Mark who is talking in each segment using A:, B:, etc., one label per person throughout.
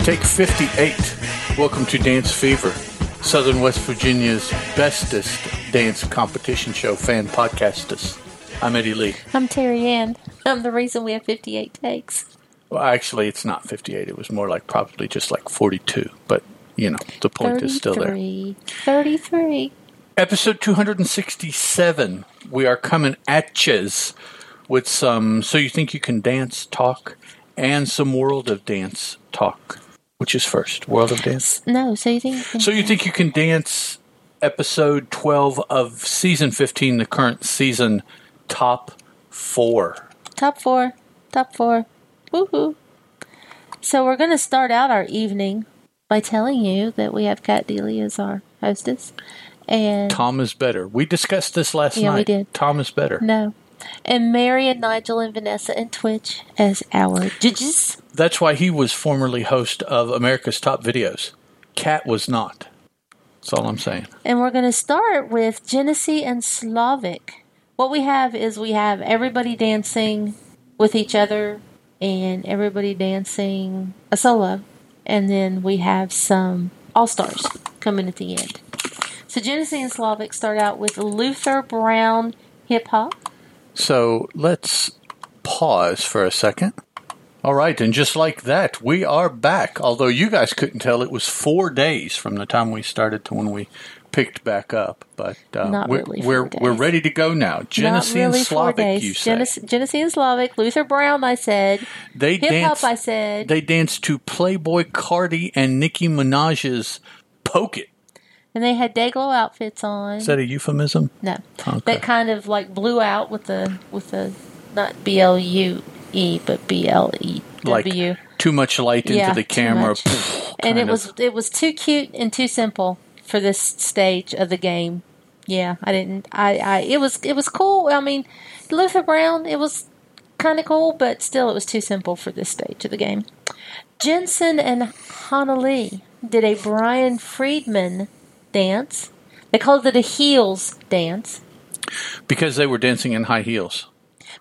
A: Take 58. Welcome to Dance Fever, Southern West Virginia's bestest dance competition show fan podcastist. I'm Eddie Lee.
B: I'm Terry Ann. I'm the reason we have 58 takes.
A: Well, actually, it's not 58. It was more like probably just like 42, but you know, the point is still there.
B: 33. 33.
A: Episode 267. We are coming at yous with some So You Think You Can Dance talk and some World of Dance talk. Which is first? World of Dance?
B: No, so you think.
A: So you think you can dance episode 12 of season 15, the current season top four.
B: top four. Top four. Woohoo. So we're going to start out our evening by telling you that we have Kat Dealey as our hostess. And
A: Tom is better. We discussed this last
B: Yeah,
A: night.
B: we did.
A: Tom is better.
B: no. And Mary and Nigel and Vanessa and Twitch as our judges.
A: That's why he was formerly host of America's Top Videos. Cat was not. That's all I'm saying.
B: And we're going to start with Genesee and Slavic. What we have is we have everybody dancing with each other and everybody dancing a solo. And then we have some all stars coming at the end. So Genesee and Slavic start out with Luther Brown hip hop.
A: So let's pause for a second. All right, and just like that, we are back. Although you guys couldn't tell, it was four days from the time we started to when we picked back up. But uh,
B: Not
A: we're
B: really
A: we're,
B: four
A: we're
B: days.
A: ready to go now. Genesee
B: Not really
A: and
B: four
A: Slavic,
B: days.
A: you say
B: Genes- Genesee and Slavic. Luther Brown, I said.
A: they
B: Hip hop,
A: dance.
B: I said.
A: They dance to Playboy Cardi and Nicki Minaj's "Poke It."
B: and they had Dayglow outfits on.
A: Is that a euphemism?
B: No,
A: Okay.
B: that kind of like blew out with the with the not B L U E but B L E W,
A: Like too much light into
B: Yeah,
A: the
B: too
A: camera,
B: much.
A: pff,
B: and
A: kind
B: it
A: of.
B: was it was too cute and too simple for this stage of the game. Yeah, I didn't. I, I it was it was cool. I mean, Luther Brown. It was kind of cool, but still, it was too simple for this stage of the game. Jensen and Hannah Lee did a Brian Friedman dance. They called it a heels dance,
A: because they were dancing in high heels.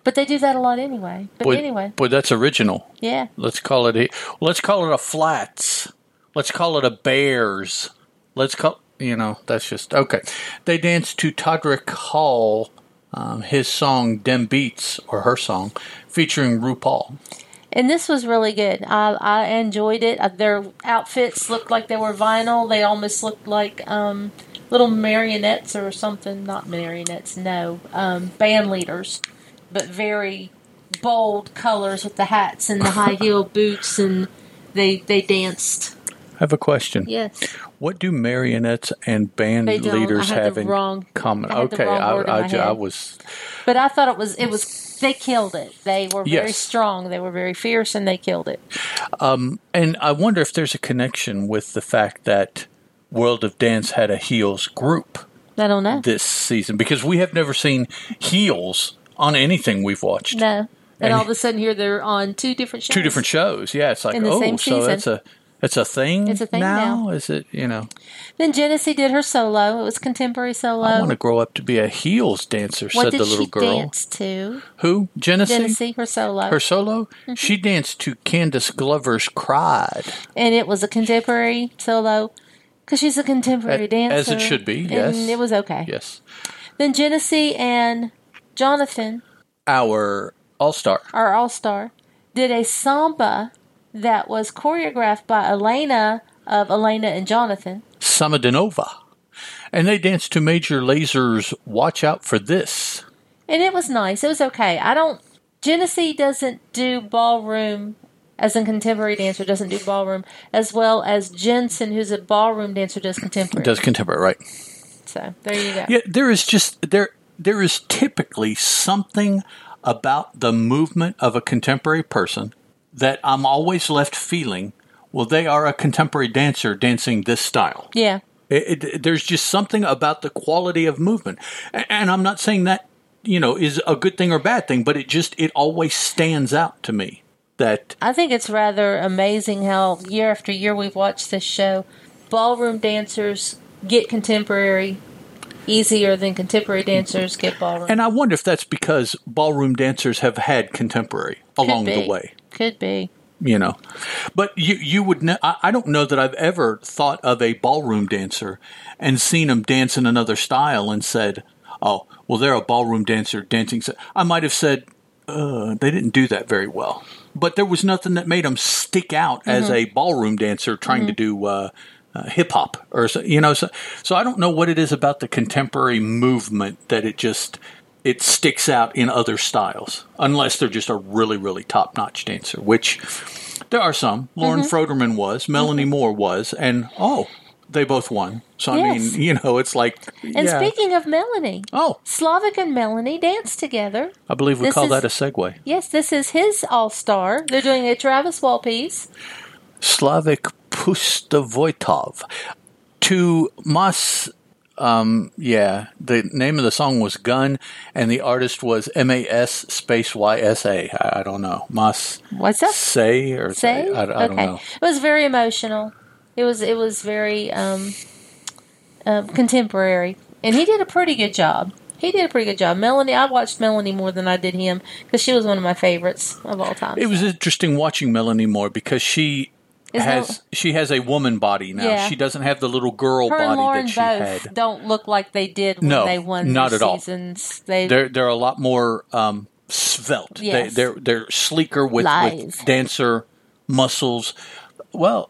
B: but they do that a lot anyway. But
A: Boy,
B: anyway,
A: boy, that's original.
B: Yeah.
A: Let's call it a let's call it a flats. Let's call it a bears. Let's call you know that's just okay. They danced to Todrick Hall, um, his song "Dem Beats" or her song, featuring RuPaul.
B: And this was really good. I, I enjoyed it. Uh, Their outfits looked like they were vinyl. They almost looked like um, little marionettes or something. Not marionettes, no. Um, band leaders. But very bold colors with the hats and the high heel boots. And they, they danced.
A: I have a question.
B: Yes.
A: What do marionettes and band
B: They don't. I
A: leaders
B: had the
A: have in
B: wrong-
A: common?
B: I had the
A: okay,
B: wrong
A: I,
B: word in
A: I
B: my
A: ju-
B: head.
A: I was
B: But I thought it was, it was, they killed it. They were very
A: Yes.
B: strong. They were very fierce and they killed it.
A: And I wonder if there's a connection with the fact that World of Dance had a heels group
B: I don't know.
A: this season because we have never seen heels on anything we've watched.
B: no.
A: And-
B: And all of a sudden here they're on two different shows.
A: Two different shows. Yeah, it's like,
B: In the
A: oh,
B: same
A: so
B: season.
A: it's a it's a thing.
B: It's a thing now.
A: Is it, you know,
B: Then Genesee did her solo. It was contemporary solo.
A: I want to grow up to be a heels dancer,
B: what
A: said
B: did
A: the little
B: she
A: girl.
B: dance to?
A: Who? Genesee?
B: Genesee, Mm-hmm. her solo.
A: Her solo? She danced to Candace Glover's Cried.
B: and it was a contemporary solo because she's a contemporary
A: A-
B: dancer.
A: as it should be, yes.
B: And it was okay.
A: Yes.
B: Then Genesee and Jonathan,
A: Our all star.
B: our all star, did a samba that was choreographed by Elena of Elena and Jonathan.
A: Samadinova. And they danced to Major Laser's Watch Out for This.
B: And it was nice. It was okay. I don't. Genesee doesn't do ballroom as a contemporary dancer. Doesn't do ballroom as well as Jensen, who's a ballroom dancer, does contemporary.
A: Does contemporary, right?
B: So there you go.
A: Yeah, there is just there there is typically something about the movement of a contemporary person that I'm always left feeling, well, they are a contemporary dancer dancing this style.
B: Yeah.
A: It, it, there's just something about the quality of movement, A- and I'm not saying that you know is a good thing or bad thing, but it just it always stands out to me that
B: I think it's rather amazing how year after year we've watched this show. Ballroom dancers get contemporary easier than contemporary dancers get ballroom.
A: And I wonder if that's because ballroom dancers have had contemporary
B: Could
A: along the
B: be.
A: way.
B: Could be.
A: you know. But you you would know. I, I don't know that I've ever thought of a ballroom dancer and seen them dance in another style and said, "Oh, well, they're a ballroom dancer dancing." s-" I might have said uh, they didn't do that very well, but there was nothing that made them stick out as a ballroom dancer trying to do. Uh, uh, hip hop, or so, you know, so so I don't know what it is about the contemporary movement that it just it sticks out in other styles, unless they're just a really, really top notch dancer, which there are some. Lauren
B: Mm-hmm.
A: Froderman was, Melanie Moore was, and oh, they both won. So, I
B: Yes.
A: mean, you know, it's like.
B: And
A: yeah.
B: speaking of Melanie,
A: Oh,
B: Slavic and Melanie dance together.
A: I believe we
B: This
A: call
B: is-
A: that a segue.
B: Yes, this is his all star. They're doing a Travis Wall piece.
A: Slavic Pustovoitov. To Mas. Um, yeah, the name of the song was Gun, and the artist was M A S space Y S A. I I don't know. Mas.
B: What's up?
A: Say or
B: say?
A: I, I don't
B: okay.
A: know.
B: It was very emotional. It was it was very um, um, contemporary, and he did a pretty good job. He did a pretty good job. Melanie, I watched Melanie more than I did him because she was one of my favorites of all time.
A: It was interesting watching Melanie Moore because she
B: Is
A: has
B: that-
A: she has a woman body now.
B: Yeah.
A: She doesn't have the little girl
B: Her and
A: body
B: Lauren
A: that she
B: both
A: had.
B: don't look like they did when
A: No,
B: they won
A: not
B: their
A: at all.
B: seasons. They
A: They're they're a lot more um, svelte.
B: Yes.
A: They, they're they're sleeker with,
B: Live.
A: with dancer muscles. Well,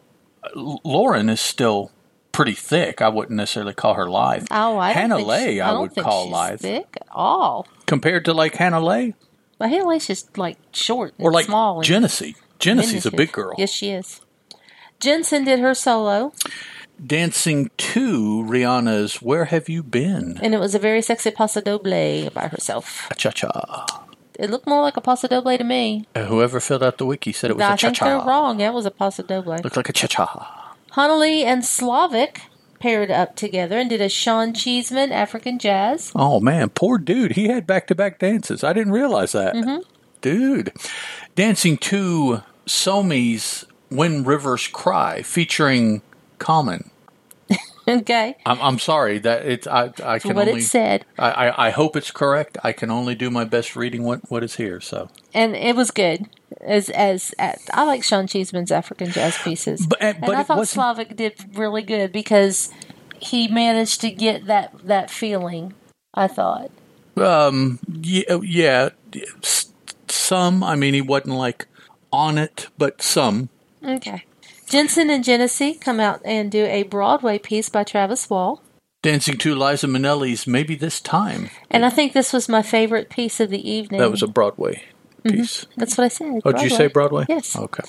A: L- Lauren is still pretty thick. I wouldn't necessarily call her live.
B: oh, I don't
A: Hannah
B: think
A: Lay,
B: she-
A: I,
B: don't
A: would
B: think
A: call
B: she's
A: live
B: thick at all.
A: compared to like Hannah Lay
B: But Hannah Lay's just like short and
A: or like
B: small. and
A: Genesee. Genesee's a
B: diminutive.
A: big girl.
B: Yes, she is. Jensen did her solo.
A: Dancing to Rihanna's "Where Have You Been?"
B: and it was a very sexy paso doble by herself.
A: Cha cha.
B: It looked more like a paso doble to me.
A: Uh, Whoever filled out the wiki said it was
B: I
A: a cha
B: think they're
A: cha.
B: wrong. That was a paso doble.
A: Looked like a cha cha.
B: Honolly and Slavic paired up together and did a Sean Cheeseman African jazz.
A: Oh man, poor dude. He had back to back dances. I didn't realize that.
B: Mm-hmm.
A: Dude. Dancing to Somi's When Rivers Cry featuring Common.
B: okay,
A: I'm, I'm sorry that it's I I can
B: what
A: only
B: it said,
A: I, I, I hope it's correct. I can only do my best reading what, what is here, so
B: and it was good. As as at, I like Sean Cheeseman's African jazz pieces,
A: But- and-
B: and
A: but
B: I
A: it
B: thought
A: wasn't-
B: Slavic did really good because he managed to get that that feeling. I thought.
A: Um. Yeah. yeah s- some. I mean, he wasn't like on it, but some.
B: Okay. Jensen and Genesee come out and do a Broadway piece by Travis Wall.
A: Dancing to Liza Minnelli's Maybe This Time.
B: And I think this was my favorite piece of the evening.
A: That was a Broadway piece.
B: That's what I said.
A: Oh, did you say Broadway?
B: Yes.
A: Okay.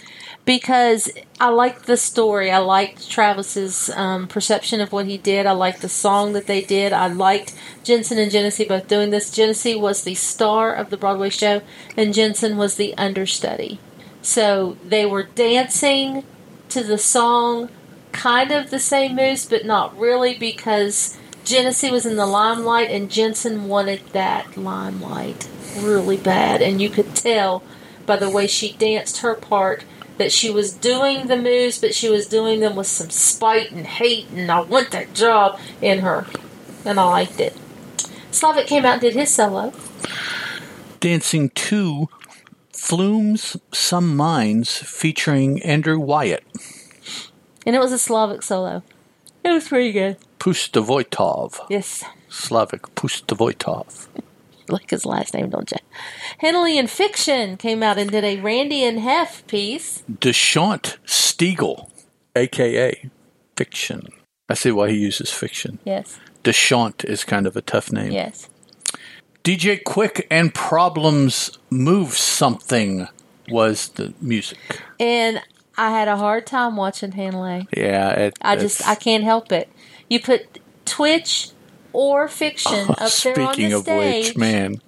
B: Because I liked the story. I liked Travis's um, perception of what he did. I liked the song that they did. I liked Jensen and Genesee both doing this. Genesee was the star of the Broadway show, and Jensen was the understudy. So they were dancing to the song, kind of the same moves, but not really because Genesee was in the limelight and Jensen wanted that limelight really bad. And you could tell by the way she danced her part that she was doing the moves, but she was doing them with some spite and hate and I want that job in her. And I liked it. Slavic came out and did his solo.
A: Dancing to Flume's Some Minds featuring Andrew Wyatt.
B: And it was a Slavic solo. It was pretty good.
A: Pustovoitov.
B: Yes.
A: Slavic Pustovoitov.
B: like his last name, don't you? Henley and Fiction came out and did a Randy and Hef piece.
A: Deshant Stiegel, a.k.a. Fiction. I see why he uses fiction.
B: Yes,
A: Deshant is kind of a tough name.
B: yes.
A: DJ Quick and Problems Move Something was the music.
B: And I had a hard time watching Henley.
A: Yeah, it,
B: I just I
A: it's-
B: can't help it. You put Twitch or Fiction up there on
A: speaking
B: the
A: of
B: stage,
A: which, man,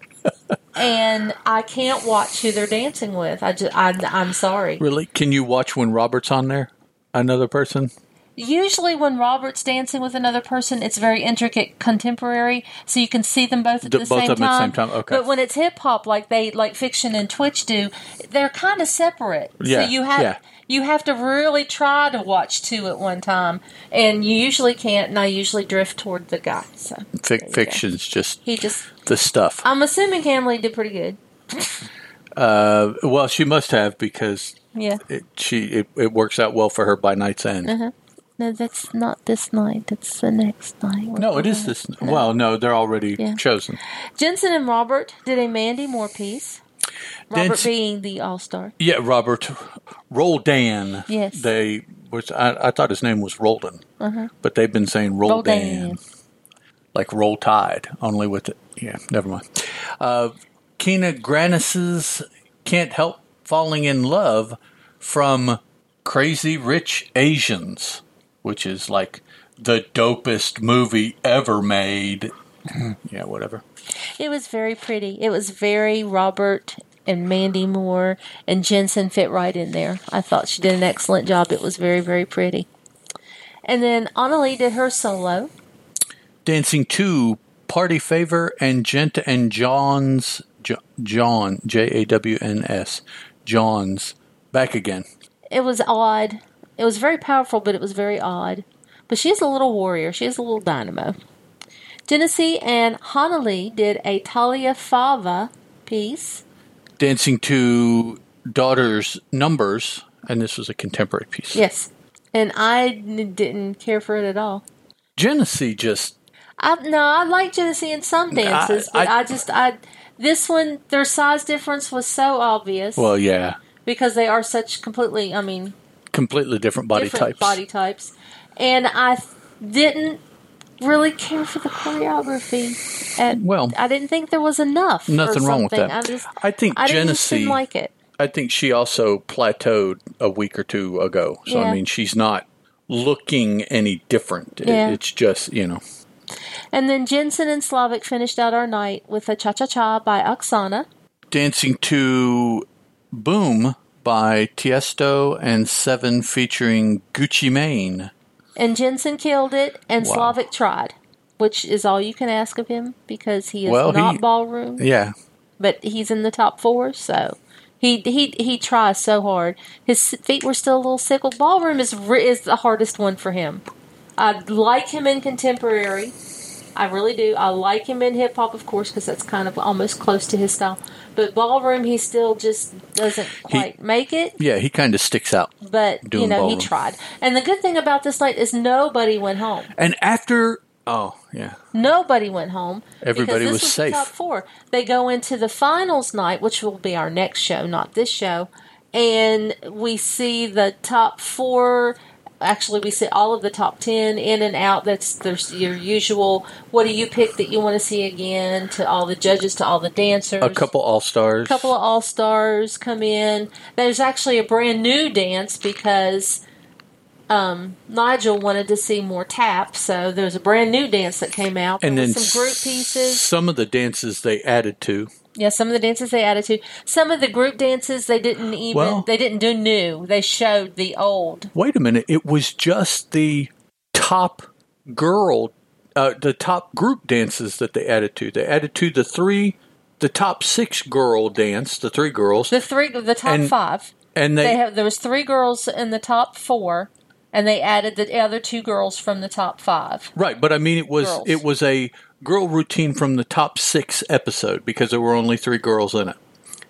B: and I can't watch who they're dancing with. I just I, I'm sorry.
A: really, can you watch when Robert's on there? Another person?
B: Usually, when Robert's dancing with another person, it's very intricate, contemporary, so you can see them both at
A: D-
B: the
A: both
B: same
A: of them
B: time.
A: at the same time, okay.
B: But when it's hip hop, like they like Fiction and Twitch do, they're kind of separate.
A: Yeah,
B: So you have
A: yeah.
B: you have to really try to watch two at one time, and you usually can't. And I usually drift toward the guy. So
A: Fic-
B: there you go.
A: fiction's just
B: He Uh, just.
A: the stuff.
B: I'm assuming Hamley did pretty good.
A: Uh, well, she must have because
B: Yeah.
A: it, she it, it works out well for her by night's end.
B: Uh-huh. No, that's not this night. That's the next night.
A: No, it is this. Well, no, they're already
B: Uh-huh. Yeah.
A: chosen.
B: Jensen and Robert did a Mandy Moore piece. Robert
A: Dance-
B: being the all star.
A: Yeah, Robert Roldan.
B: Yes.
A: they which I, I thought his name was Roldan, but they've been saying Roldan, like Roll Tide, only with it. Yeah, never mind. Uh, Kina Granis's "Can't Help Falling in Love" from Crazy Rich Asians, which is like the dopest movie ever made. yeah, whatever.
B: It was very pretty. It was very Robert and Mandy Moore and Jensen fit right in there. I thought she did an excellent job. It was very, very pretty. And then Annalie did her solo.
A: Dancing Two, Party Favor, and Jenta and John's Jo- John J A W N S John's back again.
B: It was odd. It was very powerful, but it was very odd. But she is a little warrior. She is a little dynamo. Genesee and Hanali did a Talia Fava piece.
A: Dancing Two, Daughters Numbers, and this was a contemporary piece.
B: Yes. And I n- didn't care for it at all.
A: Genesee just
B: I, no, I like Genesee in some dances, but
A: I-
B: I, just I this one their size difference was so obvious
A: well, yeah,
B: because they are such completely I mean
A: completely different body types.
B: different body types, and I th- didn't really care for the choreography. At,
A: Well-
B: I didn't think there was enough. or
A: Nothing wrong with
B: something.
A: that.
B: I, just,
A: I think
B: I didn't, just
A: Genesee.
B: didn't like it.
A: I think she also plateaued a week or two ago. So
B: Yeah.
A: I mean, she's not looking any different. It-
B: Yeah.
A: it's just you know.
B: And then Jensen and Slavic finished out our night with a cha cha cha by Oksana.
A: Dancing to Boom by Tiesto and Seven featuring Gucci Mane.
B: And Jensen killed it, and
A: Wow.
B: Slavic tried, which is all you can ask of him because he is
A: Well,
B: not
A: he-
B: ballroom,
A: Yeah.
B: but he's in the top four, so he he he tries so hard. His feet were still a little sickle. Ballroom is re- is the hardest one for him. I like him in contemporary. I really do. I like him in hip hop, of course, because that's kind of almost close to his style. But ballroom, he still just doesn't quite make it
A: Yeah, he kind of sticks out.
B: but you
A: Doing
B: know
A: ballroom.
B: he tried and the good thing about this night is nobody went home
A: And after. Oh, yeah.
B: nobody went home
A: Everybody was
B: because this the
A: safe.
B: top four they go into the finals night which will be our next show not this show and we see the top four actually we see all of the top 10 in and out that's there's your usual what do you pick that you want to see again to all the judges to all the dancers
A: A couple All Stars.
B: couple of all stars come in. There's actually a brand new dance because um, Nigel wanted to see more tap, so there's a brand new dance that came out.
A: And
B: There
A: then
B: was some group pieces.
A: Some of the dances they added to.
B: Yeah, some of the dances they added to. Some of the group dances they didn't even
A: Well-
B: they didn't do new. They showed the old.
A: Wait a minute. It was just the top girl, uh, the top group dances that they added to. They added to the three, the top six girl dance, the three girls.
B: The three the top
A: And
B: five.
A: and
B: They have there was three girls in the top four and they added the other two girls from the top five.
A: Right, but I mean it was
B: Girls.
A: it was a girl routine from the top 6 episode because there were only 3 girls in it.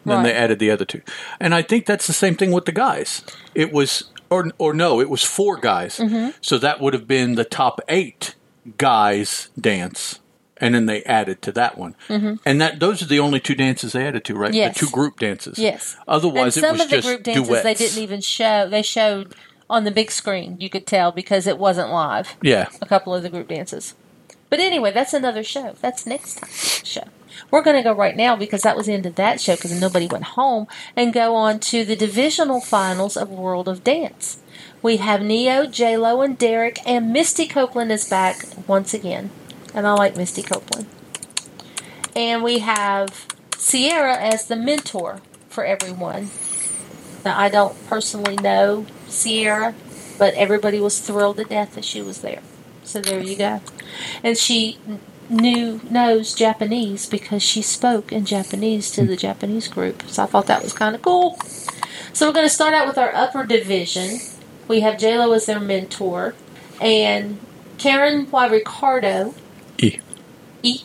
A: Then they
B: Right.
A: added the other two. And I think that's the same thing with the guys. It was or or no, it was four guys.
B: Mm-hmm.
A: So that would have been the top 8 guys dance. And then they added to that one, and that those are the only two dances they added to, right?
B: Mm-hmm. Yes.
A: The two group dances.
B: Yes.
A: Otherwise,
B: and some
A: it was
B: of the
A: just
B: group dances
A: duets.
B: they didn't even show. They showed on the big screen. You could tell because it wasn't live.
A: Yeah.
B: A couple of the group dances. But anyway, that's another show. That's next time's show. We're going to go right now because that was the end of that show because nobody went home and go on to the divisional finals of World of Dance. We have Neo, J Lo, and Derek, and Misty Copeland is back once again. And I like Misty Copeland. And we have Sierra as the mentor for everyone. Now, I don't personally know Sierra, but everybody was thrilled to death that she was there. So there you go. And she kn- knew knows Japanese because she spoke in Japanese to the Japanese group. So I thought that was kind of cool. So we're going to start out with our upper division. We have JLo as their mentor, and Karen Y. Ricardo,
A: E.
B: E.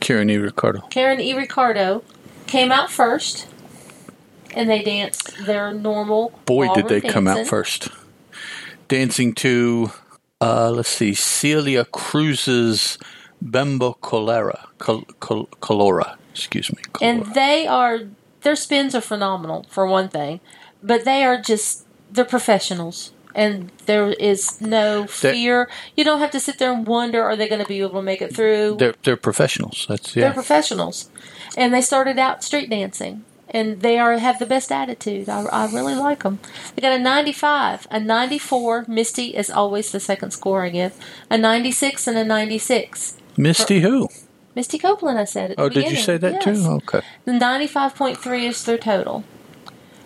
A: Karen E. Ricardo.
B: Karen E. Ricardo, came out first. and they danced their normal.
A: Boy, did
B: ballroom
A: they come out
B: dancing.
A: first. Dancing to, uh, let's see, Celia Cruz's Bembo Colera. Col- Col- Colora, excuse me. Colora.
B: And they are their spins are phenomenal for one thing, but they are just they're professionals. And there is no fear. you don't have to sit there and wonder, are they going to be able to make it through?
A: they're, they're professionals. That's,
B: They're
A: yeah.
B: professionals, and they started out street dancing, and they are have the best attitude. I, I really like them. They got a 95, a 94. Misty is always the second score I give. A 96 and a 96.
A: Misty who?
B: Misty Copeland, I said. At the
A: Oh, did you
B: beginning.
A: say that
B: Yes.
A: too? Okay.
B: The 95.3 is their total.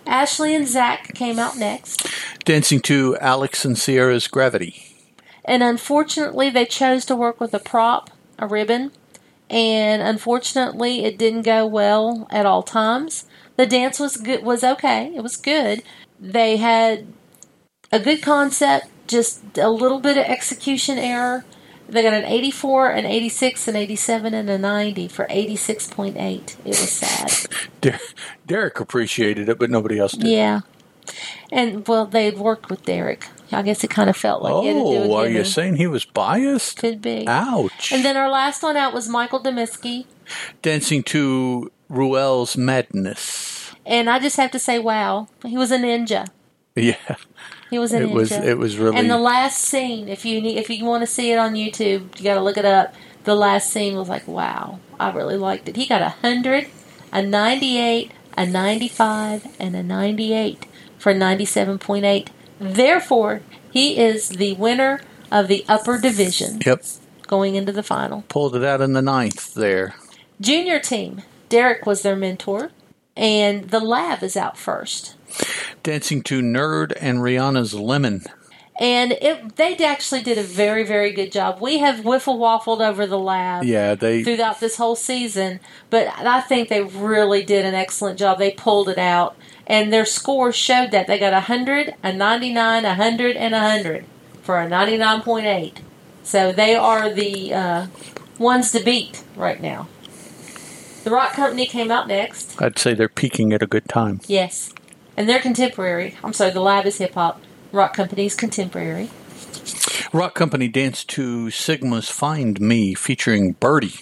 B: Ashley and Zach came out next,
A: Dancing to Alex and Sierra's Gravity.
B: and unfortunately, they chose to work with a prop, a ribbon, and unfortunately, it didn't go well at all times. The dance was good, was okay. It was good. They had a good concept, just a little bit of execution error. They got an 84, an 86, an 87, and a 90 for 86.8. It was sad.
A: Der- Derek appreciated it, but nobody else did.
B: Yeah. And well, they had worked with Derek. I guess it kind of felt like it. had to do
A: oh,
B: with
A: are
B: him
A: you Ah.
B: and
A: saying he was biased?
B: could be.
A: Ouch.
B: And then our last one out was Michael Demisky,
A: Dancing to Ruel's Madness.
B: and I just have to say, wow, he was a ninja.
A: Yeah.
B: He was a
A: It
B: ninja.
A: was- it was really-
B: And the last scene, if you need, if you want to see it on YouTube, you got to look it up. The last scene was like, wow, I really liked it. He got a hundred, a ninety-eight, a ninety-five, and a ninety-eight for ninety-seven point eight. Therefore, he is the winner of the upper division
A: Yep.
B: going into the final.
A: Pulled it out in the ninth there.
B: Junior team. Derek was their mentor, and the lab is out first.
A: Dancing to Nerd and Rihanna's Lemon.
B: and it they actually did a very very good job. We have wiffle waffled over the lab
A: Yeah, they.
B: throughout this whole season, but I think they really did an excellent job. They pulled it out, and their scores showed that they got a hundred, a ninety nine, a hundred, and a hundred for a ninety nine point eight. So they are the uh, ones to beat right now. The Rock Company came out next.
A: I'd say they're peaking at a good time.
B: Yes. And they're contemporary. I'm sorry, the lab is hip hop. Rock Company's contemporary.
A: Rock Company danced to Sigma's Find Me featuring Birdie.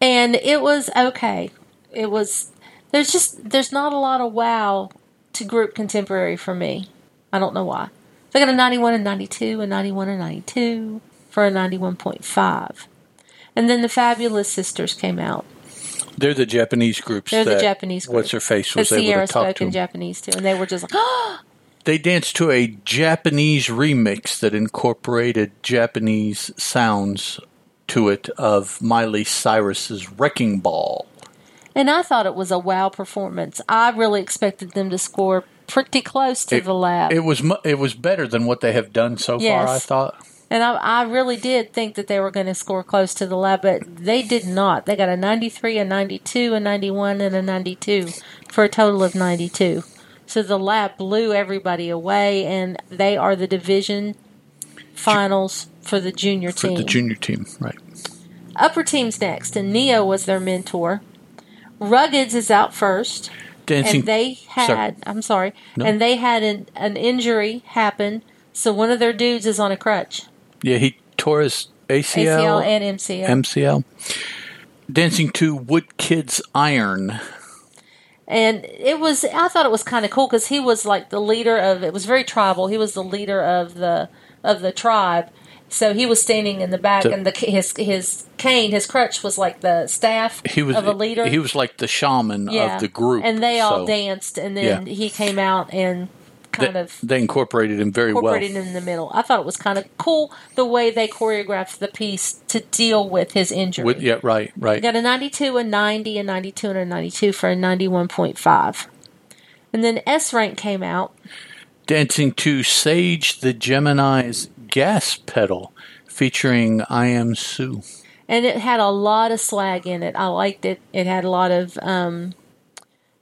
B: and it was okay. It was there's just there's not a lot of wow to group contemporary for me. I don't know why. They got a 91 and 92 and 91 and 92 for a 91.5. And then the Fabulous Sisters came out.
A: They're the Japanese groups.
B: They're the
A: that
B: Japanese group.
A: What's her face
B: But
A: was able
B: Sierra
A: to talk
B: spoke
A: to.
B: in Japanese too, and they were just like, oh,
A: they danced to a Japanese remix that incorporated Japanese sounds to it of Miley Cyrus's Wrecking Ball.
B: and I thought it was a wow performance. I really expected them to score pretty close to the lab.
A: It was mu- it was better than what they have done so
B: Yes.
A: far. I thought
B: And I, I really did think that they were going to score close to the lab, but they did not. They got a 93, a 92, a 91, and a 92 for a total of 92. So the lab blew everybody away, and they are the division finals for the junior
A: for
B: team.
A: the junior team, right?
B: Upper team's next, and Neo was their mentor. Ruggeds is out first
A: Dancing.
B: and they had
A: Sorry.
B: I'm sorry, and they had an, an injury happen. So one of their dudes is on a crutch,
A: yeah, he tore his ACL,
B: ACL and MCL.
A: MCL. Dancing to Wood Kids Iron.
B: and it was i thought it was kind of cool because he was like the leader of it was very tribal he was the leader of the of the tribe so he was standing in the back
A: The-
B: and the his his cane his crutch was like the staff
A: He was
B: of a leader
A: He was like the shaman of the group,
B: and they all
A: so
B: danced and then
A: Yeah.
B: he came out and kind
A: They,
B: of
A: they incorporated him very well.
B: incorporated him in the middle i thought it was kind of cool the way they choreographed the piece to deal with his injury
A: With, yeah, right, right.
B: I got a 92, a 90, a 92, and a 92 for a 91.5. And then S rank came out.
A: dancing to Sage the Gemini's Gas Pedal featuring I Am Sue.
B: and it had a lot of slag in it. I liked it. It had a lot of um,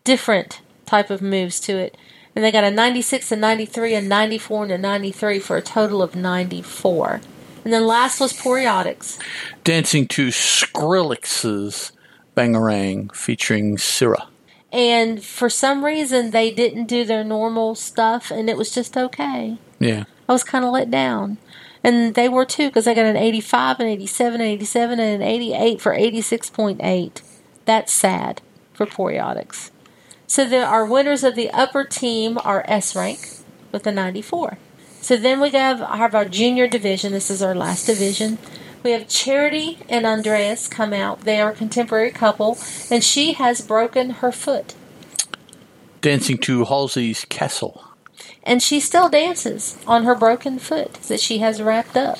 B: different type of moves to it. And they got a 96, a 93, a 94, and a 93 for a total of 94. And then last was Periodics.
A: Dancing to Skrillex's Bangarang featuring Syrah.
B: and for some reason they didn't do their normal stuff, and it was just okay.
A: Yeah.
B: I was kind of let down. And they were too, because I got an 85, an 87, an 87, and an 88 for 86.8. That's sad for periodics. So the, our winners of the upper team are S rank with a 94. So then we have, have our junior division. This is our last division. We have Charity and Andreas come out. They are a contemporary couple, and she has broken her foot.
A: Dancing to Halsey's Castle.
B: and she still dances on her broken foot that she has wrapped up.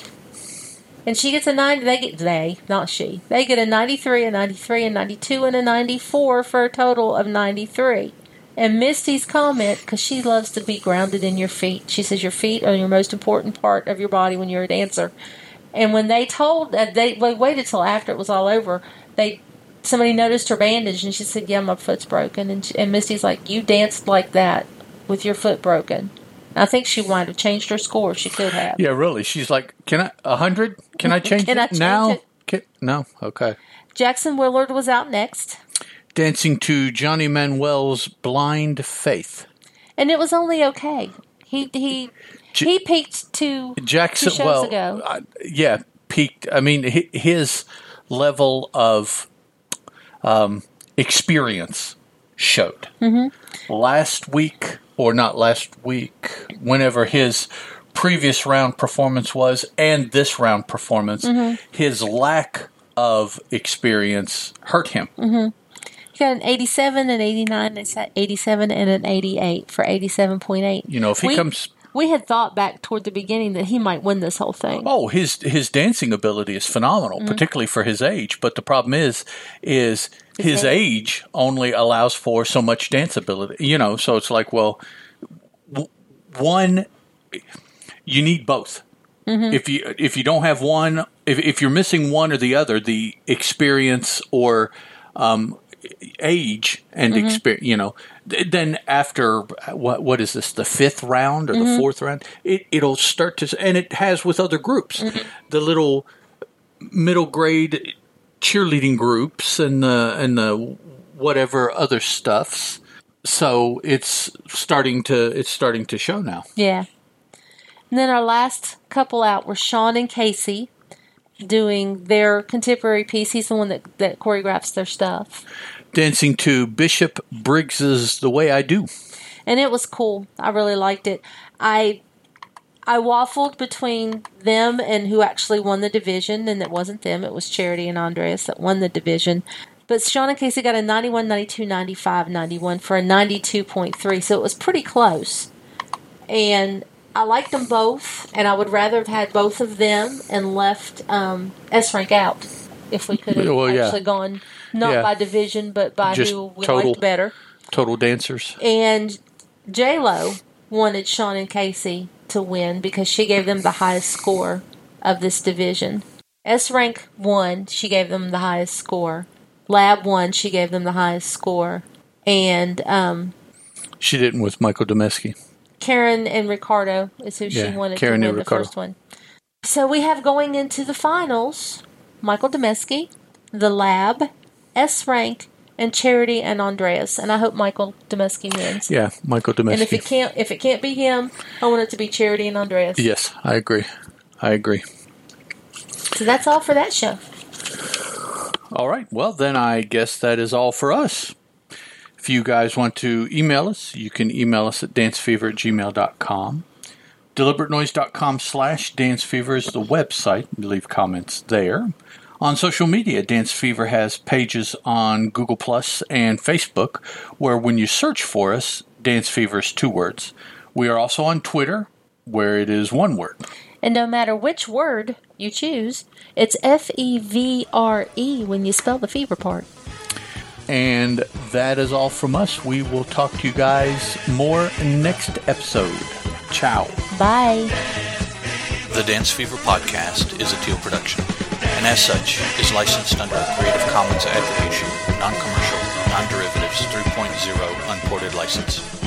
B: And she gets a 90, they get, they, not she, they get a 93, a 93, a 92, and a 94 for a total of 93. And Misty's comment, because she loves to be grounded in your feet, she says your feet are your most important part of your body when you're a dancer. And when they told, uh, they, they waited till after it was all over, they, somebody noticed her bandage and she said, yeah, my foot's broken. And, she, and Misty's like, you danced like that with your foot broken. I think she might have changed her score. She could have.
A: Yeah, really. She's like, can I, a 100? Can I change
B: Can
A: it
B: I change
A: now?
B: it?
A: Can- no? Okay.
B: Jackson Willard was out next,
A: Dancing to Johnny Manuel's Blind Faith.
B: and it was only okay. He he
A: J-
B: he peaked to
A: Jackson,
B: two shows
A: well,
B: ago.
A: I, yeah, peaked. I mean, hi- his level of um, experience showed
B: Mm-hmm.
A: last week, or not last week, whenever his previous round performance was, and this round performance,
B: Mm-hmm.
A: his lack of experience hurt him.
B: Mm-hmm. He got an 87, an 89, an 87, and an 88 for 87.8.
A: You know, if he
B: we,
A: comes-
B: We had thought back toward the beginning that he might win this whole thing.
A: Oh, his his dancing ability is phenomenal,
B: Mm.
A: particularly for his age. But the problem is, is his age only allows for so much dance ability. You know, so it's like, well, w- one, you need both. If you if you don't have one, if if you're missing one or the other, the experience or um, age and experience, you know, th- then after what what is this the fifth round or the fourth round? It it'll start to s- and it has with other groups, the little middle grade cheerleading groups and the and the whatever other stuffs. So it's starting to it's starting to show now.
B: Yeah. And then our last couple out were Sean and Casey doing their contemporary piece. He's the one that, that choreographs their stuff.
A: Dancing to Bishop Briggs's "The Way I Do."
B: and it was cool. I really liked it. I I waffled between them and who actually won the division, and it wasn't them. It was Charity and Andreas that won the division. But Sean and Casey got a 91, 92, 95, 91 for a 92.3, so it was pretty close. And I liked them both, and I would rather have had both of them and left um, S Rank out if we could have
A: Well, yeah.
B: actually gone not
A: Yeah.
B: by division, but by
A: Just
B: who we
A: total.
B: liked better
A: Total dancers.
B: and J Lo wanted Sean and Casey to win because she gave them the highest score of this division. S rank won, she gave them the highest score. Lab won, she gave them the highest score. And um,
A: She didn't with Michael Domeski.
B: Karen and Ricardo is who
A: Yeah,
B: she wanted
A: Karen and
B: to win the
A: Ricardo.
B: first one. So we have going into the finals Michael Domeski, the Lab, S rank, and Charity and Andreas. And I hope Michael Domeski wins.
A: Yeah, Michael Domeski.
B: And if it can't if it can't be him, I want it to be Charity and Andreas.
A: yes, I agree. I agree.
B: So that's all for that show.
A: All right. Well, then I guess that is all for us. If you guys want to email us, you can email us at dancefever at gmail.com. DeliberateNoise.com slash dancefever is the website. Leave comments there. On social media, Dance Fever has pages on Google Plus and Facebook where when you search for us, Dance Fever is two words. We are also on Twitter where it is one word.
B: And no matter which word you choose, it's F E V R E when you spell the fever part.
A: And that is all from us. We will talk to you guys more next episode. Ciao.
B: Bye.
C: The Dance Fever podcast is a teal production, and as such, is licensed under a Creative Commons Attribution, Non-Commercial, Non-Derivatives 3.0 Unported License.